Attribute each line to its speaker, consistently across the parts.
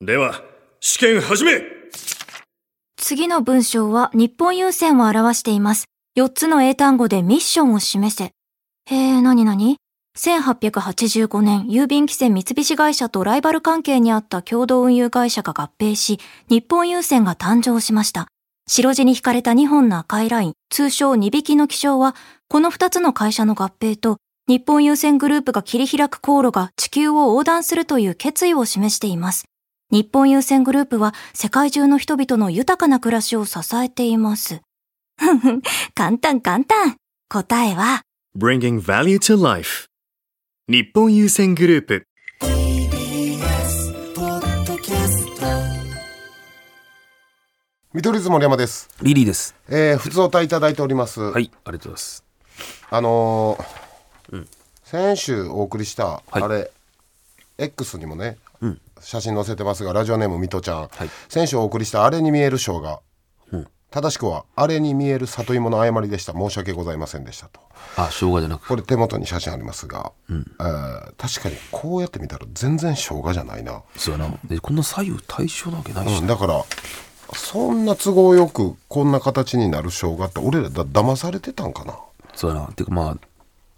Speaker 1: では、試験始め
Speaker 2: 次の文章は日本郵船を表しています。4つの英単語でミッションを示せ。へえ、なになに ?1885 年、郵便規制三菱会社とライバル関係にあった共同運輸会社が合併し、日本郵船が誕生しました。白地に引かれた2本の赤いライン、通称2匹の気象は、この2つの会社の合併と、日本郵船グループが切り開く航路が地球を横断するという決意を示しています。日本郵船グループは世界中の人々の豊かな暮らしを支えています。ふんふん、簡単簡単。答えは、
Speaker 1: !Bringing Value to Life 日本優先グループ
Speaker 3: TBS ポッドキャスト
Speaker 4: 見取り図森山です。
Speaker 5: リリーです。
Speaker 4: えー、普通お答いただいております。
Speaker 5: はい、ありがとうございます。
Speaker 4: あのー先週お送りした、
Speaker 5: はい
Speaker 4: あれ X にもね、写真載せてますがラジオネームミトちゃん、先週お送りした「あれに見える賞が」正しくは「あれに見える里芋の誤りでした申し訳ございませんでした」と
Speaker 5: あ、生姜じゃなく。
Speaker 4: これ手元に写真ありますが、えー確かにこうやって見たら全然生姜じゃないな、
Speaker 5: そうやな。で、こんな左右対称なわけないし
Speaker 4: うん、。だからそんな都合よくこんな形になる生姜って俺らだ騙されてたんかな
Speaker 5: そうやな。てかまあ、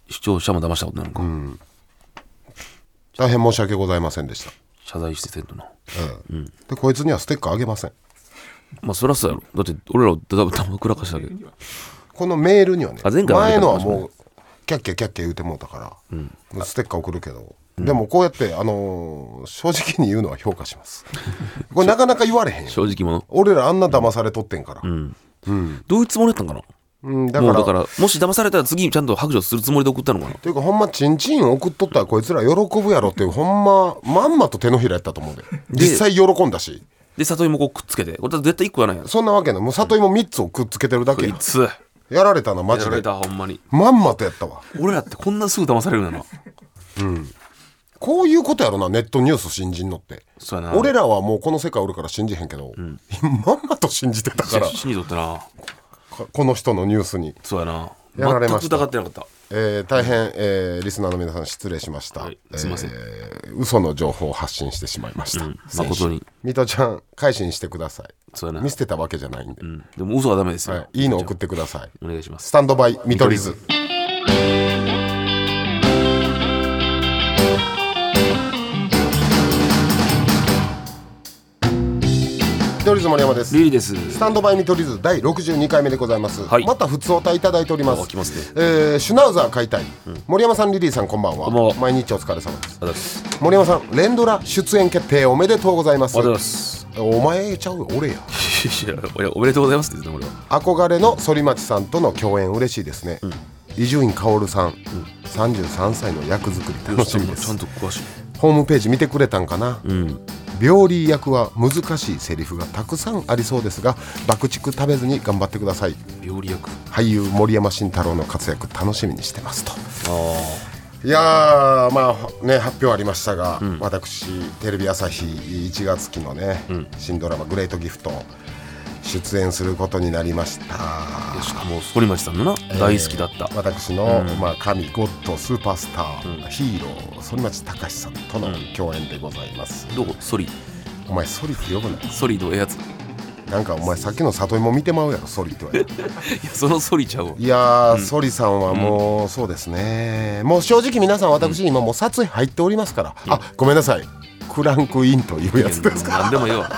Speaker 5: 視聴者も騙したことなのか。
Speaker 4: 大変申し訳ございませんでした
Speaker 5: 謝罪してせんとな。
Speaker 4: でこいつにはステッカーあげません
Speaker 5: まあ、そらそうやろ。だって、俺らをだぶたまくらかしたけど。
Speaker 4: このメールにはね
Speaker 5: あ前回はね
Speaker 4: 前のはもうキャッキャキャッキャ言うてもうたから、もうステッカー送るけど、でもこうやって、あのー正直に言うのは評価します これなかなか言われへんよ
Speaker 5: 正直者。
Speaker 4: 俺らあんな騙されとってんから、うん
Speaker 5: どういうつもりだったんかな
Speaker 4: だか
Speaker 5: もう
Speaker 4: ら
Speaker 5: だから、もし騙されたら次にちゃんと白状するつもりで送ったのかな
Speaker 4: というかほんまチンチン送っとったらこいつら喜ぶやろっていうほんままんまと手のひらやったと思うで実際喜んだし
Speaker 5: で、里芋こうくっつけて。これ絶対一個やないやん。
Speaker 4: そんなわけないもう里芋3つをくっつけてるだ
Speaker 5: こ
Speaker 4: け
Speaker 5: い
Speaker 4: や
Speaker 5: つ。や
Speaker 4: やられたなマジ
Speaker 5: られ
Speaker 4: で
Speaker 5: た、ほんまに。
Speaker 4: まんまとやったわ
Speaker 5: 俺らってこんなすぐ騙されるんだな。
Speaker 4: こういうことやろなネットニュース信じんのって
Speaker 5: そうやな。
Speaker 4: 俺らはもうこの世界おるから信じへんけど、まんまと信じてたから
Speaker 5: 信じとったな。
Speaker 4: ここの人のニュースに、
Speaker 5: そうやな。
Speaker 4: やられました
Speaker 5: 全く疑ってなかった。
Speaker 4: えー大変、えーリスナーの皆さん失礼しました、
Speaker 5: はいすいません
Speaker 4: えー嘘の情報を発信してしまいました、
Speaker 5: 誠に。
Speaker 4: 水戸ちゃん改心してください
Speaker 5: そうやな
Speaker 4: 見。捨てたわけじゃないんで、
Speaker 5: うんでも嘘はダメですよ。
Speaker 4: はい、いいの送ってください
Speaker 5: お願いします
Speaker 4: ス。タンドバイ見取り図見取り図森山です
Speaker 5: リリーです。
Speaker 4: スタンドバイ見取り図第62回目でございます、
Speaker 5: はい
Speaker 4: また普通おたいただいております
Speaker 5: あ来ますね
Speaker 4: えーシュナウザー解体、森山さんリリーさんこんばんは
Speaker 5: こんばんは
Speaker 4: 毎日お疲れ様です
Speaker 5: ありがとうございます。
Speaker 4: 森山さん連ドラ出演決定おめでとうございます
Speaker 5: ありがとうございます。
Speaker 4: お前ちゃうよ俺や
Speaker 5: いやいやいやおめでとうございますって言ってた俺は。
Speaker 4: 憧れの反町さんとの共演嬉しいですね伊集院薫さん、33歳の役作り楽しみで
Speaker 5: ちゃ
Speaker 4: す
Speaker 5: んと詳しい。
Speaker 4: ホームページ見てくれたんかな、病理役は難しいセリフがたくさんありそうですが爆竹食べずに頑張ってください
Speaker 5: 料理役。
Speaker 4: 俳優森山慎太郎の活躍楽しみにしてますといやーまあね発表ありましたが、私テレビ朝日1月期のね、新ドラマ「グレートギフト」出演することになりました
Speaker 5: しかも反町さんのな、大好きだった。
Speaker 4: 私の、まあ、神ゴッドスーパースター、ヒーロー反町隆史さんとの共演でございます、
Speaker 5: どうソリ。
Speaker 4: お前ソリって呼ぶな
Speaker 5: ソリのええやつ。い
Speaker 4: なんかお前さっきの里芋見てまうやろソリって言われ て
Speaker 5: や、そのソリちゃうわ。
Speaker 4: いやー、ソリさんはもう、そうですね、もう正直皆さん、私、今、もう殺意入っておりますから、あごめんなさい、クランクインというやつですか、
Speaker 5: 何でもええ わ。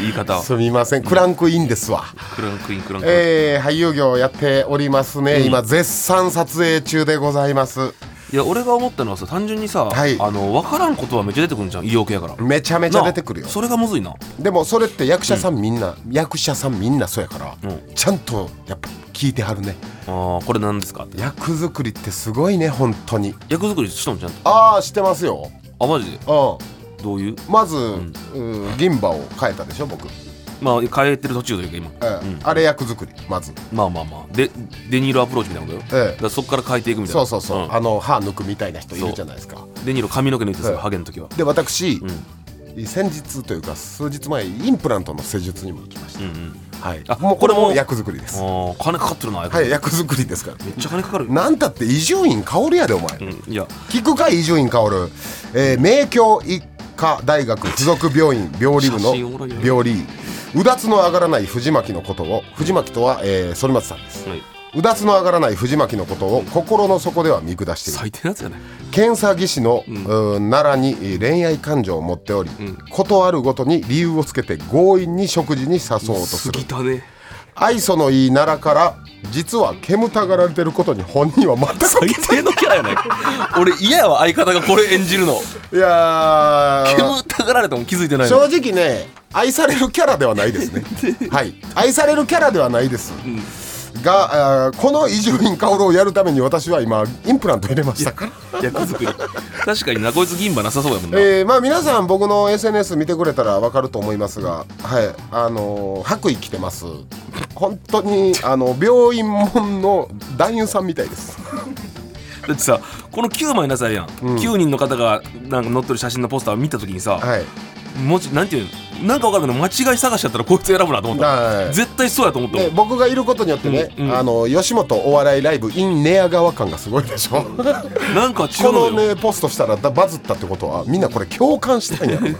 Speaker 5: 言い方は。
Speaker 4: すみません、クランクインですわ、
Speaker 5: クランクインクランクイン。
Speaker 4: えー俳優業やっておりますね、今、絶賛撮影中でございます、
Speaker 5: いや、俺が思ったのはさ、単純にさ、
Speaker 4: はい
Speaker 5: あの、わからんことはめっちゃ出てくるんじゃん。医療系やから。
Speaker 4: めちゃめちゃ出てくるよ
Speaker 5: なあ、それがむずいな。
Speaker 4: でもそれって役者さんみんな、役者さんみんなそうやから、
Speaker 5: うん
Speaker 4: ちゃんとやっぱ聞いてはるね、
Speaker 5: ああ、これ何ですかって。
Speaker 4: 役作りってすごいね、本当に。
Speaker 5: 役作りしとんちゃんと。
Speaker 4: ああ、知ってますよ、
Speaker 5: あ、マジで。
Speaker 4: う、
Speaker 5: どういうん
Speaker 4: まず、うん銀歯を変えたでしょ、僕。
Speaker 5: まあ、変えてる途中というか、今。
Speaker 4: うんあれ役作りまず、
Speaker 5: まあまあまあでデニーロアプローチみたいなことよ、
Speaker 4: ええ
Speaker 5: だからそこから変えていくみたい
Speaker 4: そ
Speaker 5: な
Speaker 4: うそうそう、
Speaker 5: ん
Speaker 4: あの歯抜くみたいな人いるじゃないですか
Speaker 5: デニーロ髪の毛抜いてさ、
Speaker 4: ええ
Speaker 5: ハゲの時は
Speaker 4: で私、
Speaker 5: う
Speaker 4: 先日というか数日前インプラントの施術にも行きました、
Speaker 5: うんうん
Speaker 4: はい
Speaker 5: あ
Speaker 4: もうこれ
Speaker 5: これ
Speaker 4: も
Speaker 5: も
Speaker 4: 役作りですは
Speaker 5: ああ金かかってるな、
Speaker 4: い役作りですから
Speaker 5: めっちゃ金かかるよ、
Speaker 4: なんたって伊集院薫やでお前、
Speaker 5: うん、いや
Speaker 4: 聞くか伊集院薫、えー、名教一科大学附属病院病理部の
Speaker 5: 写真おもろいよ
Speaker 4: 病理医うだつの上がらない藤巻のことを藤巻とは、えー、反町さんです
Speaker 5: はいう
Speaker 4: だつの上がらない藤巻のことを心の底では見下している
Speaker 5: 最低なやつやね
Speaker 4: 検査技師の、うー奈良にえー恋愛感情を持っており、ことあるごとに理由をつけて強引に食事に誘おうとす
Speaker 5: 過
Speaker 4: る
Speaker 5: ぎたね
Speaker 4: 愛想のいい奈良から実は煙たがられてることに本人は全く
Speaker 5: 最低のキャラやね俺嫌やわ相方がこれ演じるの
Speaker 4: いやー
Speaker 5: 煙たがられても気づいてない
Speaker 4: 正
Speaker 5: の
Speaker 4: 直ね愛されるキャラではないですね はい愛されるキャラではないです、があーこの伊集院薫をやるために私は今インプラント入れましたから
Speaker 5: 役作り確かになこいつ銀歯なさそうやもんな、
Speaker 4: えーまあ皆さん僕の SNS 見てくれたらわかると思いますが、はい、あのー白衣着てます。本当にあの病院門の男優さんみたいです。
Speaker 5: だってさこの9枚なさいやん、9人の方がなんか載ってる写真のポスターを見た時にさ、
Speaker 4: はい。
Speaker 5: もちなんていうのなんか分かるけど間違い探しちゃったらこいつ選ぶなと思った、
Speaker 4: はい
Speaker 5: 絶対そうやと思ったもん、
Speaker 4: ね、僕がいることによってね、
Speaker 5: うんうん
Speaker 4: あの吉本お笑いライブ in 寝屋川感がすごいでしょこ
Speaker 5: なんか違うの
Speaker 4: の
Speaker 5: よ、
Speaker 4: ねポストしたらだバズったってことはみんなこれ共感したいんやろ な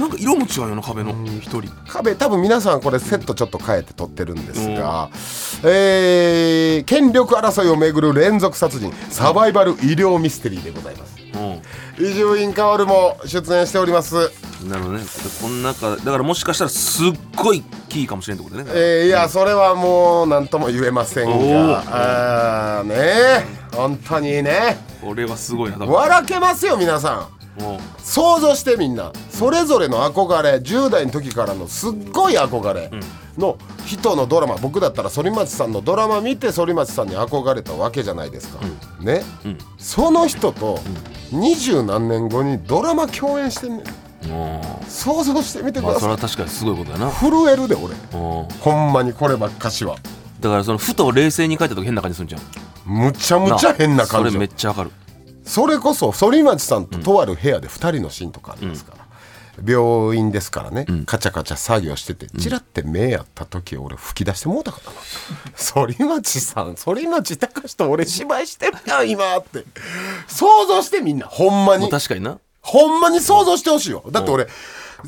Speaker 5: なんか色も違うよな壁の一人
Speaker 4: 壁多分皆さんこれセットちょっと変えて撮ってるんですが、えー権力争いをめぐる連続殺人サバイバル医療ミステリーでございます伊集院薫も出演しております、
Speaker 5: うんなるほどねこん中だからもしかしたらすっごいキーかもしれんってことね、
Speaker 4: えーいやそれはもう何とも言えません
Speaker 5: お
Speaker 4: があーねえ本当にね
Speaker 5: これはすごいな多分
Speaker 4: 笑けますよ皆さん
Speaker 5: もう
Speaker 4: 想像してみんなそれぞれの憧れ10代の時からのすっごい憧れの人のドラマ僕だったら反町さんのドラマ見て反町さんに憧れたわけじゃないですか、ね、
Speaker 5: ん
Speaker 4: その人と二十何年後にドラマ共演してんねん
Speaker 5: も
Speaker 4: 想像してみて
Speaker 5: う
Speaker 4: く
Speaker 5: まあ
Speaker 4: だ
Speaker 5: それ
Speaker 4: さい
Speaker 5: は確かにすごいことやな
Speaker 4: 震えるで俺
Speaker 5: うん
Speaker 4: ほんまにこればっかしは
Speaker 5: だからそのふと冷静に書いた時変な感じするんじゃん
Speaker 4: むちゃむちゃ変な感
Speaker 5: そ
Speaker 4: じ
Speaker 5: れめ
Speaker 4: そ
Speaker 5: っちゃわかる
Speaker 4: れこそ反町さんととある部屋で2人のシーンとかありますから、病院ですからね、カチャカチャ作業しててチラって目やった時俺吹き出してもうたから な反町さん反町隆と俺芝居してるやん今って想像してみんなほんま
Speaker 5: も
Speaker 4: に
Speaker 5: う確かにな
Speaker 4: ほんまに想像してほしいよだって俺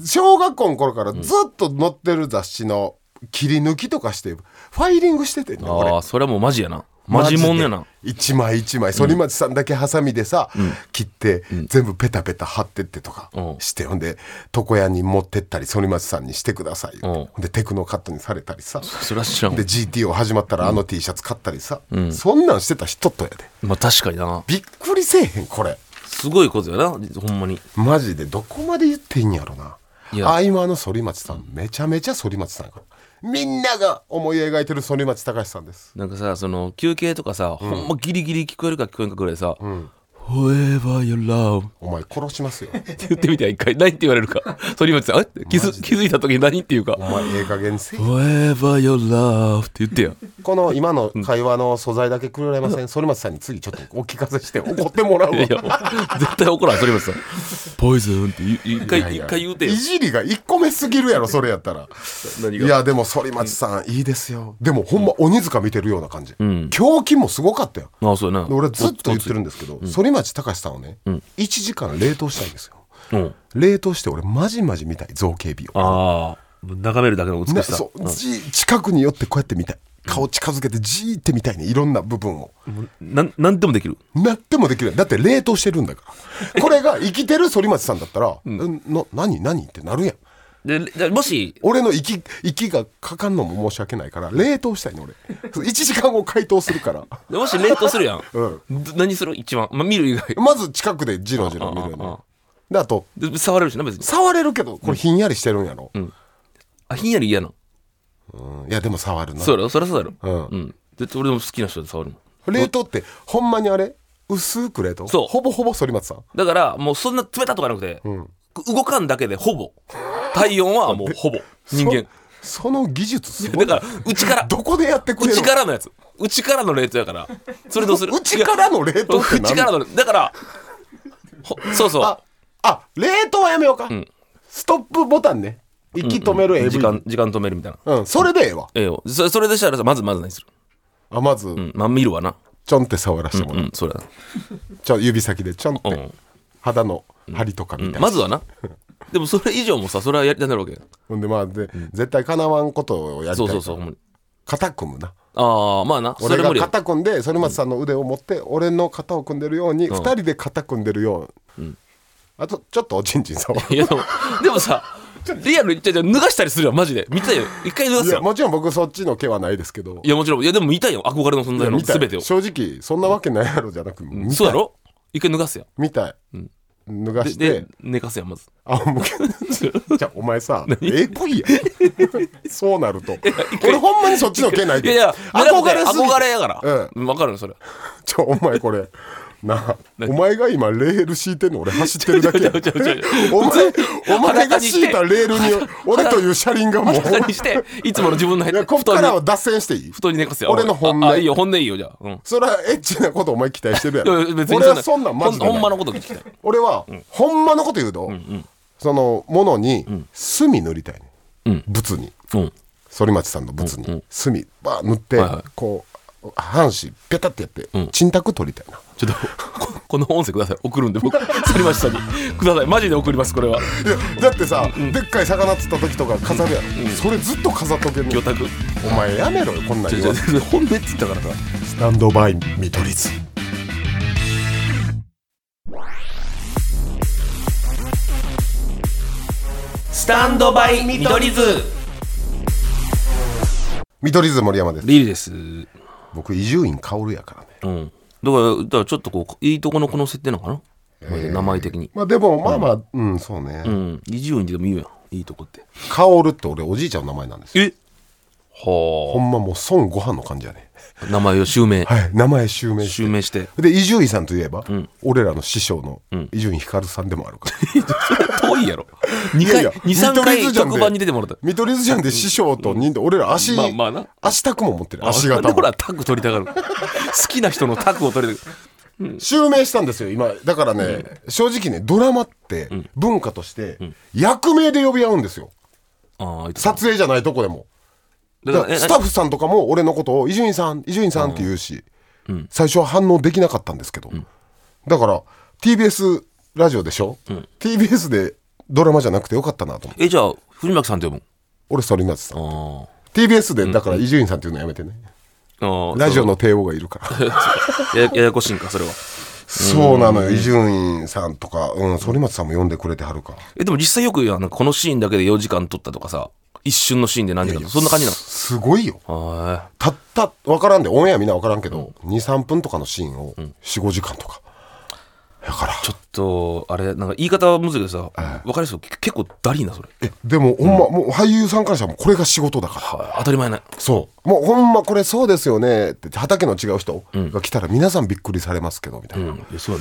Speaker 4: 小学校の頃からずっと載ってる雑誌の切り抜きとかしてファイリングしててんね俺
Speaker 5: ああそれはもうマジやなマジもんやな
Speaker 4: 一枚一枚反町さんだけハサミでさ、切って、全部ペタペタ貼ってってとか
Speaker 5: うん
Speaker 4: して、ほんで床屋に持ってったり反町さんにしてくださいよ、
Speaker 5: うん
Speaker 4: ほんでテクノカットにされたりさ
Speaker 5: それは知らん
Speaker 4: で GTO 始まったらあの T シャツ買ったりさ、そんなんしてた人とやで
Speaker 5: まあ確かにな
Speaker 4: びっくりせえへんこれ
Speaker 5: すごいことやなほんまに
Speaker 4: マジでどこまで言っていいんやろない
Speaker 5: や
Speaker 4: 合間の反町さんめちゃめちゃ反町さんやからみんなが思い描いてる反町隆史さんです
Speaker 5: なんかさその休憩とかさ、ほんまギリギリ聞こえるか聞こえんかぐらいさ「Forever Your Love」
Speaker 4: お前殺しますよ
Speaker 5: って言ってみては一回何って言われる か反町さん「えって気づ気づいた時に何?」っていうか
Speaker 4: お前ええ加減せえ
Speaker 5: 「Forever Your Love」って言って や
Speaker 4: この今の会話の素材だけくれません反町さんに次ちょっとお聞かせして怒ってもらうわ
Speaker 5: いやいや絶対怒らん反町さん「ポイズン」って言う一
Speaker 4: いや
Speaker 5: 回
Speaker 4: いや
Speaker 5: 一回言うてよ
Speaker 4: いじりが1個目すぎるやろそれやったら
Speaker 5: 何
Speaker 4: い
Speaker 5: が
Speaker 4: やでも反町さんいいですよでもほんま鬼塚見てるような感じ、狂気もすごかったよ
Speaker 5: ああそうやな
Speaker 4: で俺ずっと言ってるんですけど反町隆史さんをね1時間冷凍したいんですよ
Speaker 5: うん
Speaker 4: 冷凍して俺まじまじ見たい造形美を
Speaker 5: ああ眺めるだけの美
Speaker 4: ね
Speaker 5: しさ、
Speaker 4: そうじ近くに寄ってこうやって見たい顔近づけてじーって見たいねいろんな部分を
Speaker 5: なんなんでもできる
Speaker 4: なってもできるだって冷凍してるんだから これが生きてる反町さんだったら「うん、な何何?」ってなるやん
Speaker 5: ででもし
Speaker 4: 俺の息息がかかんのも申し訳ないから冷凍したいの俺1時 間後解凍するから
Speaker 5: でもし冷凍するや ん、
Speaker 4: う
Speaker 5: ど何する一番、まあ、見る以外
Speaker 4: まず近くでジロジロ見るよ
Speaker 5: あああ
Speaker 4: ね
Speaker 5: あ
Speaker 4: であと
Speaker 5: で触れるしな別に
Speaker 4: 触れるけどこれひんやりしてるんやろ、
Speaker 5: あひんやり嫌な
Speaker 4: うんいやでも触るな
Speaker 5: そうだろそりゃそうだろ
Speaker 4: う
Speaker 5: うん絶対俺でも好きな人で触るもん
Speaker 4: 冷凍ってほんまにあれ薄く冷凍
Speaker 5: そう
Speaker 4: ほぼほぼ反町さん
Speaker 5: だからもうそんな冷たとかなくて、動かんだけでほぼ体温はもうほぼ人間
Speaker 4: そその技術すご
Speaker 5: だ
Speaker 4: いな
Speaker 5: から内から
Speaker 4: どこでやってくれる
Speaker 5: 内からのやつ内からの冷凍やからそれどうする
Speaker 4: 内からの冷凍って何
Speaker 5: いや 内からのだからほそうそう
Speaker 4: ああ冷凍はやめようか、ストップボタンね息止める AV、うん
Speaker 5: 時間時間止めるみたいな
Speaker 4: それでええわ
Speaker 5: ええよそそれでしたらさまずまず何する
Speaker 4: あまず、
Speaker 5: うんまあ見るわな
Speaker 4: ちょんって触らせても
Speaker 5: う
Speaker 4: らう、
Speaker 5: んそれは
Speaker 4: ちょ指先でちょんって、
Speaker 5: うん
Speaker 4: 肌の張りとかみたいな、
Speaker 5: まずはなでもそれ以上もさそれはやりたいんだろうけど
Speaker 4: ほんでまあで、絶対かなわんことをやりたい
Speaker 5: そ
Speaker 4: うか
Speaker 5: そ
Speaker 4: ら
Speaker 5: うそうほんまに
Speaker 4: 肩組むな
Speaker 5: ああまあなそ
Speaker 4: 俺
Speaker 5: れ無
Speaker 4: が
Speaker 5: 理よ
Speaker 4: 肩組んで反町さんの腕を持って俺の肩を組んでるように、二人で肩組んでるように、あとちょっとおちんちん触る
Speaker 5: いやでもでもさリアルにじゃじゃ脱がしたりするよマジで見たいよ一回脱が
Speaker 4: い
Speaker 5: す
Speaker 4: や
Speaker 5: よ
Speaker 4: もちろん僕そっちの毛はないですけど
Speaker 5: いやもちろんいやでも見たいよ憧れの存在の
Speaker 4: 見たい
Speaker 5: 全てを
Speaker 4: 正直そんなわけないやろじゃなく、見たい
Speaker 5: そうやろ一回脱がすよ
Speaker 4: 見たい、脱が
Speaker 5: で
Speaker 4: して
Speaker 5: で寝かすよまず
Speaker 4: 仰向 けじゃあお前さえぐいやんそうなると俺ほんまにそっちの毛ない
Speaker 5: いや
Speaker 4: で
Speaker 5: いや
Speaker 4: 憧れすぎ
Speaker 5: 憧れやから
Speaker 4: う
Speaker 5: 分かるのそれ
Speaker 4: ちょお前これなあお前が今レール敷いてんの俺走ってるだけやん
Speaker 5: ちょちょちょ
Speaker 4: お前お前が敷いたレールに俺という車輪がもう
Speaker 5: 裸にしていつもの自分の
Speaker 4: い
Speaker 5: 入
Speaker 4: や
Speaker 5: っ
Speaker 4: こっからは
Speaker 5: 布
Speaker 4: 脱線していい
Speaker 5: 団に寝かすよ
Speaker 4: 俺の本音
Speaker 5: ああいいよ本音いいよじゃあうん
Speaker 4: それはエッチなことお前期待してるや
Speaker 5: い
Speaker 4: ろ
Speaker 5: やいや別に
Speaker 4: 俺はそんなんマジで
Speaker 5: ほ
Speaker 4: な
Speaker 5: んほ
Speaker 4: い
Speaker 5: んまのこと聞きたい
Speaker 4: 俺は、ほんまのこと言うと、そのものに墨塗りたいね、
Speaker 5: うん
Speaker 4: 仏に
Speaker 5: うん
Speaker 4: 反町さんの仏に墨バー塗って、
Speaker 5: はいはい
Speaker 4: こう半紙ペタってやって、
Speaker 5: ん
Speaker 4: 沈託取りたいな
Speaker 5: ちょっとここの音声ください送るんで僕反町さんにくださいマジで送りますこれはい
Speaker 4: やだってさ、でっかい魚釣った時とか飾るやん、それずっと飾っとけんの
Speaker 5: 魚拓
Speaker 4: お前やめろよこんなん
Speaker 5: ちょ
Speaker 4: 言
Speaker 5: ち
Speaker 4: わ
Speaker 5: ょ
Speaker 4: ん
Speaker 5: ちょ本音っつったからさ
Speaker 4: スタンドバイ見取り図
Speaker 5: スタンドバイ見取り図
Speaker 4: 見取り図森山です
Speaker 5: リリーです
Speaker 4: 僕伊集院薫やからね
Speaker 5: うんだからだからちょっとこういいとこのこの設定なのかな、名前的に
Speaker 4: まあでもまあまあうん、そうね、
Speaker 5: うん伊集院でもいいやんいいとこって
Speaker 4: 薫って俺おじいちゃんの名前なんですよ
Speaker 5: え
Speaker 4: ほ
Speaker 5: は
Speaker 4: んまもう孫悟飯の感じやね
Speaker 5: あ名前を襲名
Speaker 4: はい名前襲名して
Speaker 5: 襲 名して
Speaker 4: で伊集院さんといえば、俺らの師匠の伊集院光さんでもあるから、
Speaker 5: 遠いやろ2回
Speaker 4: いやいや
Speaker 5: 二三
Speaker 4: 見取り図
Speaker 5: 回
Speaker 4: じゃんで
Speaker 5: 特番に出てもらった
Speaker 4: 見取り図じゃんで師匠と人で俺ら足、
Speaker 5: まあまあな
Speaker 4: 足タクも持ってる足型
Speaker 5: あほ
Speaker 4: も
Speaker 5: らタッグ取りたがる 好きな人のタッグを取りたがる
Speaker 4: 襲名したんですよ今だからね、正直ねドラマって文化として役名で呼び合うんですよ
Speaker 5: ああいつ
Speaker 4: 撮影じゃないとこでもだから
Speaker 5: え
Speaker 4: スタッフさんとかも俺のことを伊集院さん伊集院さんって言うし、最初は反応できなかったんですけど、だから TBS ラジオでしょ、TBS でドラマじゃなくてよかったなと思って
Speaker 5: えじゃあ藤巻さんって呼ぶん
Speaker 4: 俺反町さん
Speaker 5: あ
Speaker 4: TBS でだから伊集院さんっていうのやめてね、
Speaker 5: ーあー
Speaker 4: ラジオの帝王がいるから
Speaker 5: やややこしいんかそれは
Speaker 4: そうなのよ伊集院さんとか、うん、反町さんも呼んでくれてはるか
Speaker 5: えでも実際よく言うやんこのシーンだけで4時間撮ったとかさ一瞬のシーンで何時間とかそんな感じな
Speaker 4: すごいよ
Speaker 5: のへ
Speaker 4: たった分からんでオンエアみんな分からんけど、23分とかのシーンを45時間とかだから
Speaker 5: えちょっとあれなんか言い方はむずいけどさ分かりそうけ結構ダリーなそれ
Speaker 4: えでもほんま、もう俳優さんからしたらもうこれが仕事だから
Speaker 5: はい当たり前ない
Speaker 4: そうもうほんまこれそうですよねって畑の違う人が来たら皆さんびっくりされますけどみたいな、
Speaker 5: いやそうや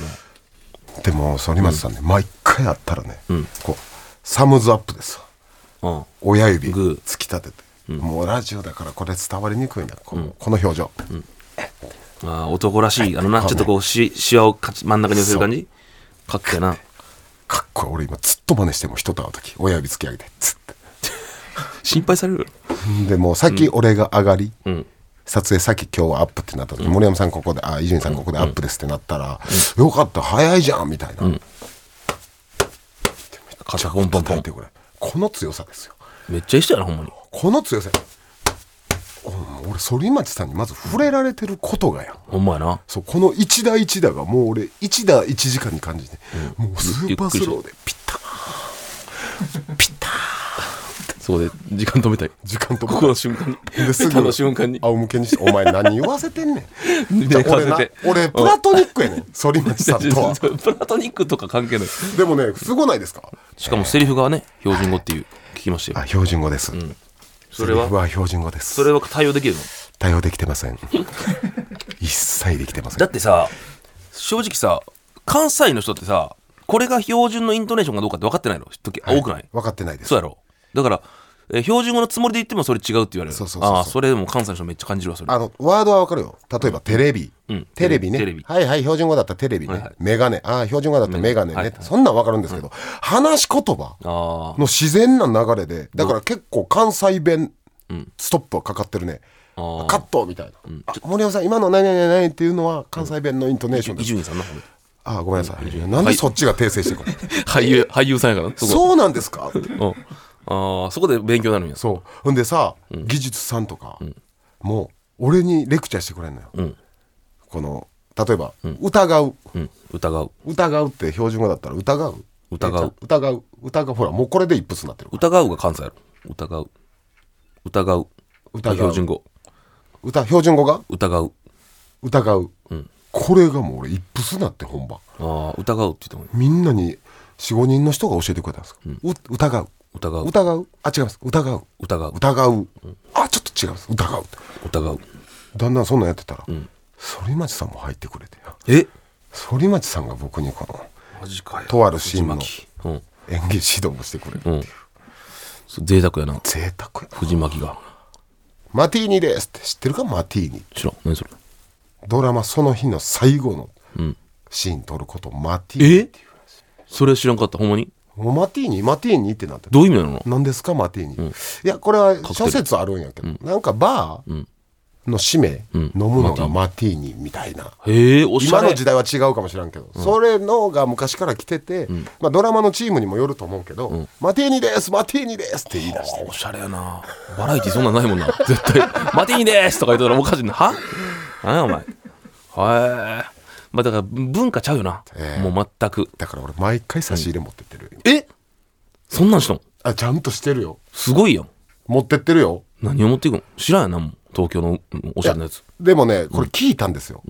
Speaker 5: な
Speaker 4: でも反町さんね、毎回会ったらね、こうサムズアップですわ
Speaker 5: うん
Speaker 4: 親指
Speaker 5: グ
Speaker 4: 突き立てて、もうラジオだからこれ伝わりにくいなこの,、この表情、
Speaker 5: あー男らしいあのなちょっとこうししわをかち真ん中に寄せる感じかっけえな
Speaker 4: かっこいい俺今ずっと真似しても人と会う時親指突き上げてつって
Speaker 5: 心配されるよ
Speaker 4: でもう先俺が上がり、
Speaker 5: ん
Speaker 4: 撮影先今日はアップってなった時、森山さんここであ伊集院さんここでアップですってなったら、よかった早いじゃんみたいな、
Speaker 5: 肩ポンポン
Speaker 4: 叩
Speaker 5: ポン
Speaker 4: いてこれこの強さですよ
Speaker 5: めっちゃ一緒やなほんまに
Speaker 4: この強さお俺反町さんにまず触れられてることがやん
Speaker 5: ほんまやな
Speaker 4: そうこの一打一打がもう俺一打一時間に感じて、もうスーパースローでピッタ
Speaker 5: そこで時間止めたい
Speaker 4: 時間と
Speaker 5: ここの瞬間に
Speaker 4: ですぐ
Speaker 5: 歌の瞬間に
Speaker 4: 仰向けにしてお前何言わせてんねん
Speaker 5: 寝かせて
Speaker 4: 俺な俺プラトニックやねん反町さんと は
Speaker 5: プラトニックとか関係ないし
Speaker 4: でもねすごないですか
Speaker 5: かもセリフがね標準語っていう聞きましたよ
Speaker 4: あ標準語です、
Speaker 5: それは
Speaker 4: セリフ標準語です
Speaker 5: それは対応できるの
Speaker 4: 対応できてま せん一切できてません
Speaker 5: だってさ正直さ関西の人ってさこれが標準のイントネーションかどうかって分かってないの時多くない、
Speaker 4: 分かってないです
Speaker 5: そうやろだから、えー標準語のつもりで言ってもそれ違うって言われる
Speaker 4: そうそうそうそう
Speaker 5: ああそれでも関西の人めっちゃ感じるわそれ
Speaker 4: あのワードはわかるよ例えばテレビ、
Speaker 5: ん
Speaker 4: テレビね
Speaker 5: テレビ
Speaker 4: はいはい標準語だったらテレビね、
Speaker 5: はいはい
Speaker 4: メガネああ標準語だったらメガネね、
Speaker 5: はいはい
Speaker 4: そんなんわかるんですけど、話し言葉
Speaker 5: あ
Speaker 4: の自然な流れでだから結構関西弁ストップはかかってるね、
Speaker 5: あ
Speaker 4: カットみたいな、あ森山さん今の何々何々っていうのは関西弁のイントネーション
Speaker 5: あ
Speaker 4: で
Speaker 5: 伊
Speaker 4: す、
Speaker 5: 集院さんの方
Speaker 4: あごめんなさいなんでそっちが訂正してくる、
Speaker 5: 俳優俳優さんやからなそ こ
Speaker 4: そうなんですかって
Speaker 5: うんああそこで勉強になるんや
Speaker 4: そうほんでさ、技術さんとか、もう俺にレクチャーしてくれんのよ、
Speaker 5: ん
Speaker 4: この例えば、疑う
Speaker 5: うん疑う
Speaker 4: 疑うって標準語だったら疑う
Speaker 5: 疑う
Speaker 4: 疑う疑うほらもうこれで一発になってる
Speaker 5: 疑うが関西やろ疑う疑う
Speaker 4: 疑う
Speaker 5: 標準語
Speaker 4: 歌標準語が
Speaker 5: 疑う
Speaker 4: 疑う、これがもう俺一発になって本番
Speaker 5: ああ疑うって言ってもいい
Speaker 4: みんなに45人の人が教えてくれたんです、う疑う
Speaker 5: 疑う
Speaker 4: 疑うあ違います疑う
Speaker 5: 疑う
Speaker 4: 疑う、あちょっと違います疑う
Speaker 5: 疑う
Speaker 4: だんだんそんなんやってたら、反町さんも入ってくれて
Speaker 5: え
Speaker 4: 反町さんが僕にこの
Speaker 5: マジかよ
Speaker 4: とあるシーンの
Speaker 5: 藤巻うん
Speaker 4: 演技指導もしてくれるっていう、
Speaker 5: そう贅沢やな
Speaker 4: 贅沢やな
Speaker 5: 藤巻が
Speaker 4: マティーニですって知ってるかマティーニ
Speaker 5: 知らん何それ
Speaker 4: ドラマその日の最後の
Speaker 5: うん
Speaker 4: シーン撮ることをマティーニっていう
Speaker 5: それ知らんかったほんまに
Speaker 4: もうマティーニマティーニってなってる
Speaker 5: どういう意味なの
Speaker 4: 何ですかマティーニ、いやこれは諸説あるんやけど、なんかバーの使命、
Speaker 5: ん
Speaker 4: 飲むのがマティーニみたいな
Speaker 5: へえおしゃ
Speaker 4: 今
Speaker 5: れ
Speaker 4: の時代は違うかもしれんけど、それのが昔から来てて、まあ、ドラマのチームにもよると思うけど、マティーニですマティーニですって言い出して
Speaker 5: おしゃれやなバラエティそんなんないもんな絶対 「マティーニです」とか言ったらおかしいなは何やお前へえまあだから文化ちゃうよな、
Speaker 4: ええ
Speaker 5: もう全く
Speaker 4: だから俺毎回差し入れ持ってってる、今
Speaker 5: えそんなんしとん
Speaker 4: あちゃんとしてるよ
Speaker 5: すごいやん
Speaker 4: 持ってってるよ
Speaker 5: 何を持っていくの知らんやなもう東京のうんおしゃれなやつ
Speaker 4: でもねこれ聞いたんですよ、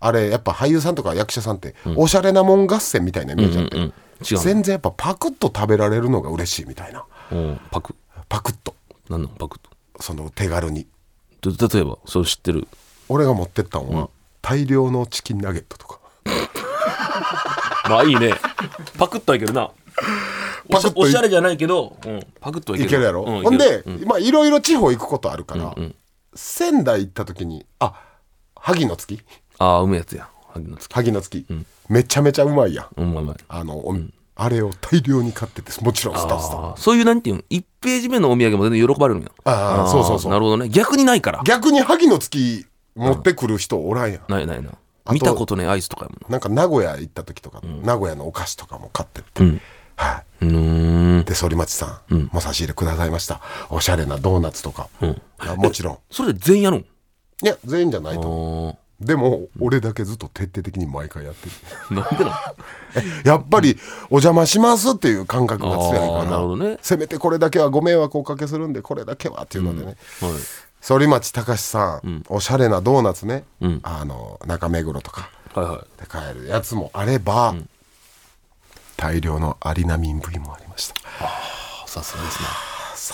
Speaker 4: あれやっぱ俳優さんとか役者さんっておしゃれなもん合戦みたいなイメージあって、
Speaker 5: うんうんうん違うの
Speaker 4: 全然やっぱパクッと食べられるのが嬉しいみたいな
Speaker 5: うんパク
Speaker 4: パクッと
Speaker 5: 何なのパク
Speaker 4: その手軽に
Speaker 5: とと例えばそれ知ってる
Speaker 4: 俺が持ってったのは、大量のチキンナゲットとか
Speaker 5: まあいいねパクッとはいけるなおし
Speaker 4: パク
Speaker 5: ゃ
Speaker 4: ッとい
Speaker 5: おしゃれじゃないけど、うん、パクッとはいけ
Speaker 4: い
Speaker 5: る
Speaker 4: けるやろ、
Speaker 5: うい
Speaker 4: ほん
Speaker 5: け
Speaker 4: で
Speaker 5: る、うん
Speaker 4: まあいろいろ地方行くことあるから、仙台行った時にあ萩の月
Speaker 5: ああうめえやつや萩の月
Speaker 4: 萩の月、めちゃめちゃうまいやん
Speaker 5: うんまいうまい
Speaker 4: あの、おあれを大量に買っててもちろんスタッフさん
Speaker 5: あーそういうなんていうの1ページ目のお土産も全然喜ばれるんや
Speaker 4: あーそうそうそう
Speaker 5: なるほどね逆にないから
Speaker 4: 逆に萩の月持ってくる人おらんやん、
Speaker 5: ないないな
Speaker 4: と
Speaker 5: 見たことないアイスとかやも
Speaker 4: なんか名古屋行った時とか、名古屋のお菓子とかも買ってって、はい
Speaker 5: んなうーん
Speaker 4: で反町さん、もう差し入れくださいましたおしゃれなドーナツとか、あもちろん
Speaker 5: それで全員やるん
Speaker 4: いや全員じゃないと思う
Speaker 5: あ
Speaker 4: でも俺だけずっと徹底的に毎回やってる
Speaker 5: ーなんでな
Speaker 4: やっぱりお邪魔しますっていう感覚が強いか
Speaker 5: あー
Speaker 4: ら
Speaker 5: なるほどね
Speaker 4: せめてこれだけはご迷惑をおかけするんでこれだけはっていうのでね、
Speaker 5: の、はい
Speaker 4: 反町隆史さん、おしゃれなドーナツね、
Speaker 5: ん
Speaker 4: あの中目黒とか
Speaker 5: はいはい
Speaker 4: で買えるやつもあれば、大量のアリナミン V もありました
Speaker 5: あさすがですな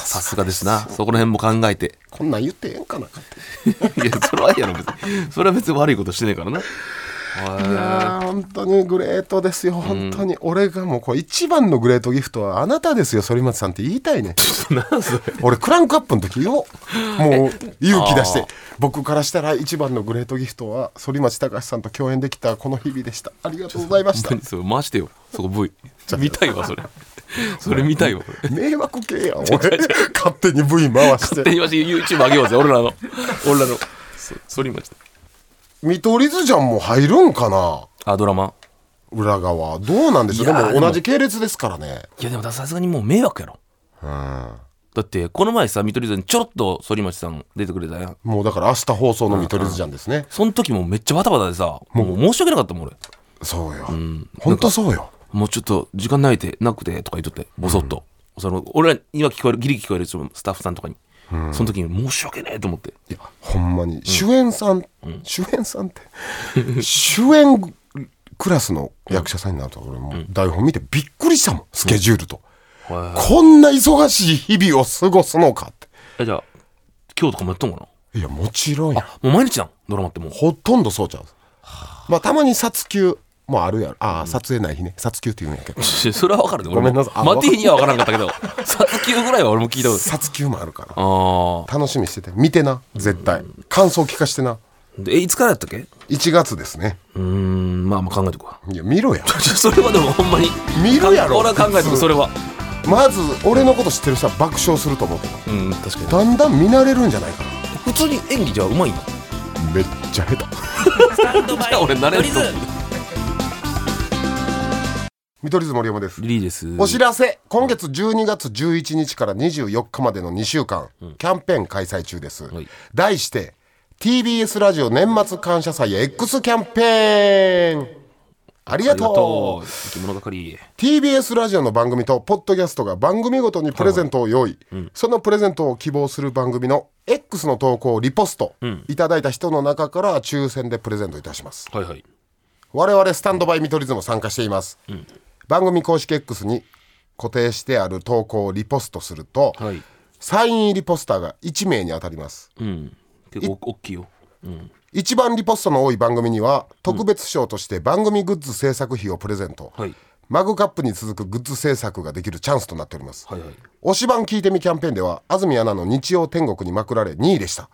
Speaker 5: さすがですなそこら辺も考えて
Speaker 4: こんなん言ってええんかなかって
Speaker 5: いやそれはええやろ別にそれは別に悪いことしてねえからない
Speaker 4: やー本当にグレートですよ本当に、俺がもうこれ一番のグレートギフトはあなたですよ反町さんって言いたいね
Speaker 5: なんそれ
Speaker 4: 俺クランクアップの時 言おうもう勇気出して僕からしたら一番のグレートギフトは反町隆史さんと共演できたこの日々でしたありがとうございました
Speaker 5: 何それ回してよそこ V 見たいわそれそれ見たいわ俺
Speaker 4: 迷惑 系やん俺勝手に V 回し
Speaker 5: 勝手
Speaker 4: て
Speaker 5: にわし YouTube 上げようぜ俺らの俺らのそそれ今ちょっ
Speaker 4: 見取り図じゃんも入るんかな
Speaker 5: とあドラマ
Speaker 4: 裏側どうなんでしょうで
Speaker 5: いやー
Speaker 4: も同じ系列ですからね
Speaker 5: いやでもさすがにもう迷惑やろだってこの前さ見取り図にちょろっと反町さん出てくれたやん
Speaker 4: もうだから明日放送の見取り図じゃんですね、
Speaker 5: その時もめっちゃバタバタでさもう申し訳なかったもん俺
Speaker 4: そうよ、ほんとそうよ
Speaker 5: もうちょっと時間ないてなくてとか言っとってボソッと、その俺ら今聞こえるギリ聞こえるそのスタッフさんとかに、その時に申し訳ねえと思って
Speaker 4: いやほんまに、主演さん、主演さんって主演クラスの役者さんになると俺もう台本見てびっくりしたもんスケジュールと、こんな忙しい日々を過ごすのかっ
Speaker 5: えじゃあ今日とかもやっとんかな
Speaker 4: ていやもちろんや
Speaker 5: もう毎日なんドラマっ てもう
Speaker 4: ほとんどそうちゃうまあたまに撮休もあるやろああ撮影ない日ね撮休って言うんやけど
Speaker 5: それは分かるで俺も
Speaker 4: ごめんなさいあ
Speaker 5: マティーニは分からんかったけど殺球ぐらいは俺も聞いたこと
Speaker 4: 撮休もあるから
Speaker 5: ああ
Speaker 4: 楽しみにしてて見てな絶対感想聞かしてな
Speaker 5: でえいつからやったっけう
Speaker 4: 1月ですね
Speaker 5: ーんまあまあ考えておく わ
Speaker 4: いや見ろや
Speaker 5: それはでもほんまに
Speaker 4: 見るやろ
Speaker 5: 俺は考えてもそれは
Speaker 4: まず俺のこと知ってる人は爆笑すると思うけど
Speaker 5: うん確かに
Speaker 4: だんだん見慣れるんじゃないかな
Speaker 5: 普通に演技じゃうまいの
Speaker 4: めっちゃ下手
Speaker 5: じゃあ俺慣れると思う
Speaker 4: 見取り図森山です
Speaker 5: リリーです
Speaker 4: お知らせ今月12月11日から24日までの2週間、キャンペーン開催中です、
Speaker 5: はい
Speaker 4: 題して TBS ラジオ年末感謝祭 X キャンペーンあり
Speaker 5: あ
Speaker 4: が
Speaker 5: り
Speaker 4: と
Speaker 5: が
Speaker 4: う
Speaker 5: とう生き物係
Speaker 4: TBS ラジオの番組とポッドキャストが番組ごとにプレゼントを用意、そのプレゼントを希望する番組の X の投稿をリポスト、いただいた人の中から抽選でプレゼントいたします
Speaker 5: はいはい
Speaker 4: 我々スタンドバイ見取り図も参加しています、番組公式 X に固定してある投稿をリポストすると、
Speaker 5: はい
Speaker 4: サイン入りポスターが1名に当たります
Speaker 5: うん結構お大きいよ
Speaker 4: 一番リポストの多い番組には特別賞として番組グッズ制作費をプレゼント、
Speaker 5: はい
Speaker 4: マグカップに続くグッズ制作ができるチャンスとなっております、
Speaker 5: はいはい
Speaker 4: 推し版聞いてみキャンペーンでは安住アナの日曜天国にまくられ2位でした、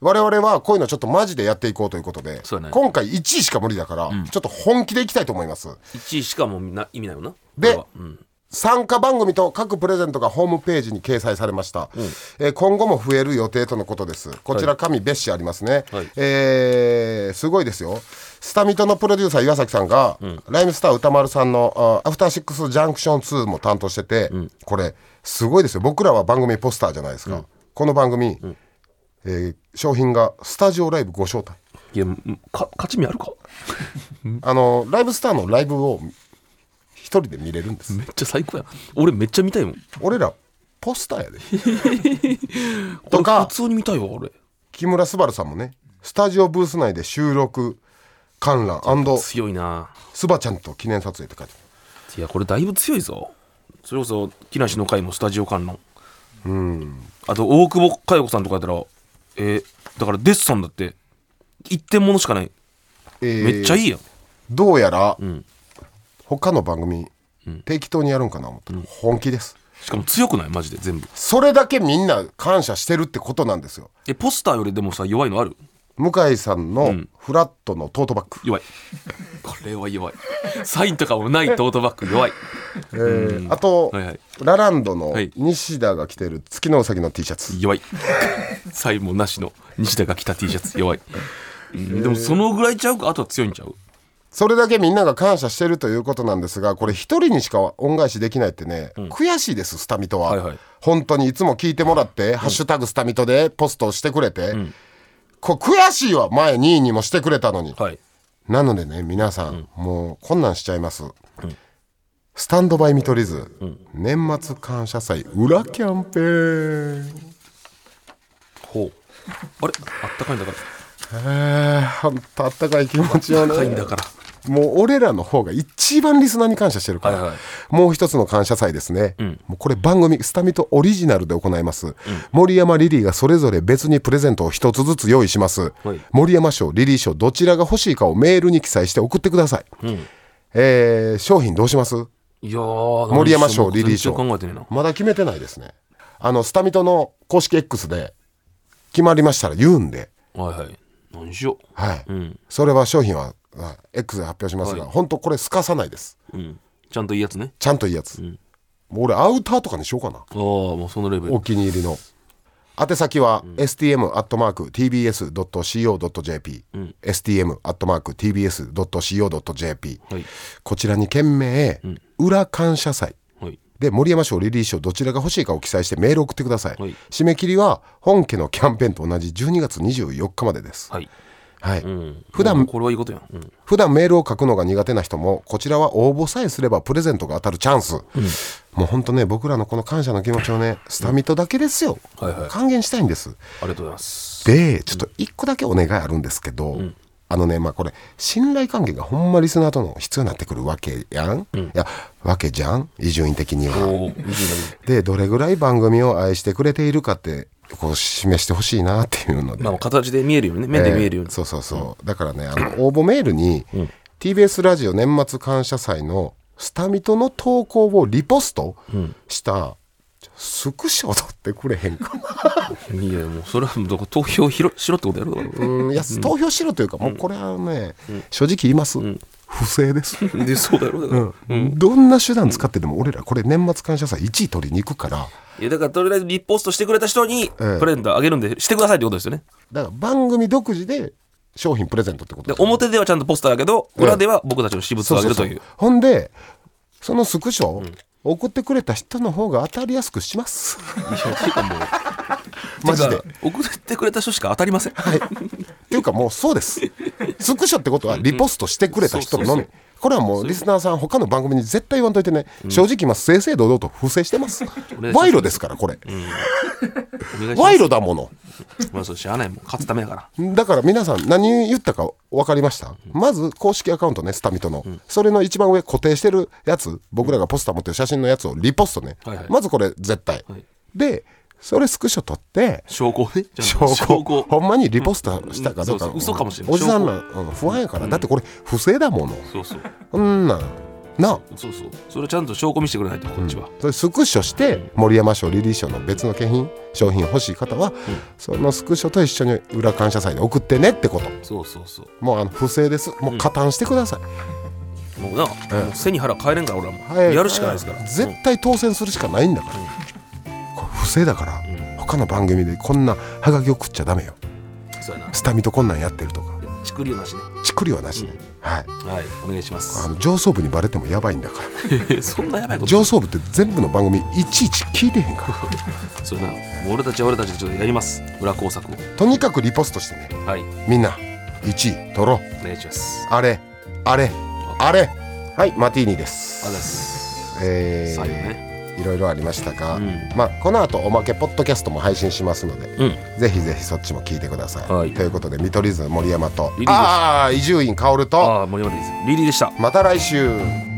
Speaker 4: 我々はこういうのちょっとマジでやっていこうということで、
Speaker 5: そうやね
Speaker 4: 今回1位しか無理だから、ちょっと本気でいきたいと思います
Speaker 5: 1位しかもうな意味ないよな
Speaker 4: で
Speaker 5: これはうん
Speaker 4: 参加番組と各プレゼントがホームページに掲載されました、えー今後も増える予定とのことですこちら紙別紙ありますね、
Speaker 5: はい
Speaker 4: えーすごいですよスタミトのプロデューサー岩崎さんが、ライムスター歌丸さんのあ「アフターシックスジャンクション2」も担当してて、これすごいですよ僕らは番組ポスターじゃないですか、この番組、えー商品がスタジオライブご招待
Speaker 5: いやうんか勝ち目あるか
Speaker 4: あのライブスターのライブを一人で見れるんです
Speaker 5: めっちゃ最高やん俺めっちゃ見たいもん
Speaker 4: 俺らポスターやで とか
Speaker 5: 俺普通に見たいわ俺
Speaker 4: 木村昴さんもねスタジオブース内で収録観覧
Speaker 5: 強いな
Speaker 4: スバちゃんと記念撮影って書いてあ
Speaker 5: いやこれだいぶ強いぞそれこそ木梨の会もスタジオ観覧あと大久保佳代子さんとかやったらえーだからデッサンだって一点ものしかない
Speaker 4: る、えー
Speaker 5: めっちゃいいやん
Speaker 4: どうやら、
Speaker 5: ん
Speaker 4: 他の番組、適当にやるんかな思ったら、本気です
Speaker 5: しかも強くないマジで全部
Speaker 4: それだけみんな感謝してるってことなんですよ
Speaker 5: えポスターよりでもさ弱いのある
Speaker 4: 向井さんのフラットのトートバッグ、
Speaker 5: 弱いこれは弱いサインとかもないトートバッグ弱い
Speaker 4: えーあと、
Speaker 5: はいはい
Speaker 4: ラランドの
Speaker 5: はい
Speaker 4: 西田が着てる月のうさぎの T シャツ、
Speaker 5: 弱いサインもなしの西田が着た T シャツ弱い、うんでもそのぐらいちゃうかあとは強いんちゃう
Speaker 4: それだけみんなが感謝してるということなんですがこれ一人にしか恩返しできないってね、悔しいですスタミトは、
Speaker 5: はいはい
Speaker 4: 本当にいつも聞いてもらって「ハッシュタグスタミト」でポストをしてくれて、こう悔しいは前2位にもしてくれたのに、
Speaker 5: はい
Speaker 4: なのでね皆さん、もうこんなんしちゃいます、スタンドバイ見取り図、年末感謝祭裏キャンペーン
Speaker 5: ほうあれあったかいんだから
Speaker 4: えー、ほんとあったかい気持ちをね
Speaker 5: かいんだから
Speaker 4: もう俺らの方が一番リスナーに感謝してるから、
Speaker 5: はいはい
Speaker 4: もう一つの感謝祭ですね、もうこれ番組スタミトオリジナルで行います、森山リリーがそれぞれ別にプレゼントを一つずつ用意します、
Speaker 5: はい
Speaker 4: 森山賞リリー賞どちらが欲しいかをメールに記載して送ってください、えー商品どうします
Speaker 5: いやー
Speaker 4: 森山賞リリー賞
Speaker 5: 全然考えてねえな
Speaker 4: まだ決めてないですねあのスタミトの公式 X で決まりましたら言うんで
Speaker 5: はいはい何しよう
Speaker 4: はい、
Speaker 5: ん
Speaker 4: それは商品はあ X で発表しますが、本当これすかさないです
Speaker 5: うんちゃんといいやつね
Speaker 4: ちゃんといいやつ、もう俺アウターとかにしようかな
Speaker 5: ああもうそのレベル
Speaker 4: お気に入りの宛先は、stm.tbs.co.jp、stm.tbs.co.jp、
Speaker 5: はい
Speaker 4: こちらに件名、裏感謝祭
Speaker 5: はい
Speaker 4: で森山賞リリー賞どちらが欲しいかを記載してメールを送ってください、
Speaker 5: はい
Speaker 4: 締め切りは本家のキャンペーンと同じ12月24日までです、
Speaker 5: はい
Speaker 4: はい
Speaker 5: うん
Speaker 4: 普段
Speaker 5: もうこれはいいことやん、うん
Speaker 4: 普段メールを書くのが苦手な人もこちらは応募さえすればプレゼントが当たるチャンス、もうほんとね僕らのこの感謝の気持ちをねスタミトだけですよ、
Speaker 5: はいはい
Speaker 4: 還元したいんです
Speaker 5: ありがとうございます
Speaker 4: でちょっと一個だけお願いあるんですけど、あのねまあこれ信頼関係がほんまリスナーとの必要になってくるわけやん、いやわけじゃん伊集院的には
Speaker 5: おおいいね
Speaker 4: でどれぐらい番組を愛してくれているかってこう示してほしいなっていうので
Speaker 5: まあ形で見えるようにね目で見えるように、
Speaker 4: えーそうそうそう、だからねあの応募メールに、TBS ラジオ年末感謝祭のスタミトの投稿をリポストしたスクショ撮ってくれへんか
Speaker 5: いやもうそれはもうどこ投票ひろしろってことやろだから
Speaker 4: うんいや投票しろというか、もうこれはね、正直言います、不正です、
Speaker 5: でそうだろだから、
Speaker 4: どんな手段使ってでも俺らこれ年末感謝祭1位取りに行くから
Speaker 5: いやだからとりあえずリポストしてくれた人にプレゼントあげるんでしてくださいってことですよね
Speaker 4: だから番組独自で商品プレゼントってこと
Speaker 5: で
Speaker 4: です
Speaker 5: 表ではちゃんとポスターやけど裏では僕たちの私物をあげるという
Speaker 4: ほんでそのスクショ、送ってくれた人の方が当たりやすくします。 マジで。
Speaker 5: てか送ってくれた人しか当たり ません。
Speaker 4: はい。っていうかもうそうです。スクショってことはリポストしてくれた人のみ。これはもうリスナーさん他の番組に絶対言わんといてね、正直今正々堂々と不正してます
Speaker 5: 願いしま
Speaker 4: 賄
Speaker 5: す
Speaker 4: 賂ですからこれ、
Speaker 5: お願いしま
Speaker 4: 賄
Speaker 5: す。
Speaker 4: 賂だも
Speaker 5: まあそう知らないもん。勝つためだから。
Speaker 4: のだから皆さん何言ったか分かりました、まず公式アカウントねスタミトの、それの一番上固定してるやつ僕らがポスター持ってる写真のやつをリポストね、
Speaker 5: はいはい
Speaker 4: まずこれ絶対、
Speaker 5: はい
Speaker 4: でそれスクショ取って
Speaker 5: 証拠ね。ちゃん
Speaker 4: 証拠
Speaker 5: と証拠。
Speaker 4: ほんまにリポスターしたかどうか、
Speaker 5: うんそうそう嘘かもしれない
Speaker 4: おじさんら、うん不安やから、だってこれ不正だもの
Speaker 5: そうそう。
Speaker 4: そんなんなあ
Speaker 5: そうそう。それちゃんと証拠見せてくれないと、こっちは。
Speaker 4: それスクショして森山賞リリー賞の別の景品商品欲しい方は、そのスクショと一緒に裏感謝祭に送ってねってこと
Speaker 5: そうそうそう。
Speaker 4: もうあの不正ですもう加担してください、
Speaker 5: もうな、もう背に腹変えれんから、俺はもう。
Speaker 4: 早い
Speaker 5: やるしかないですから。
Speaker 4: 絶対当選するしかないんだから、これ不正だから、他の番組でこんなハガキ送っちゃダメよ
Speaker 5: うんそうやな。
Speaker 4: スタミとこんなんやってるとか
Speaker 5: ちくりゅうなしね。
Speaker 4: チクリはなしね、はい
Speaker 5: はい、お願いします
Speaker 4: あ。の上層部にバレてもやばいんだから
Speaker 5: そんなやばいこと。
Speaker 4: 上層部って全部の番組いちいち聞いてへんか
Speaker 5: そうやな。もう俺たちは俺たちでちょっとやります。裏工作を。
Speaker 4: らとにかくリポストしてね
Speaker 5: はい、
Speaker 4: みんな1位取ろう
Speaker 5: お願いします。
Speaker 4: あれあれあれはいマティーニです
Speaker 5: あざっす。
Speaker 4: え
Speaker 5: 最後ね。
Speaker 4: ーいろいろありましたが、
Speaker 5: うん
Speaker 4: まあ、この後おまけポッドキャストも配信しますので、
Speaker 5: うん。
Speaker 4: ぜひぜひそっちも聞いてください、
Speaker 5: はい
Speaker 4: ということで見取り図森山と
Speaker 5: リリーです
Speaker 4: ああ伊集院薫と
Speaker 5: ああ、森山です。リリーでした。
Speaker 4: また来週。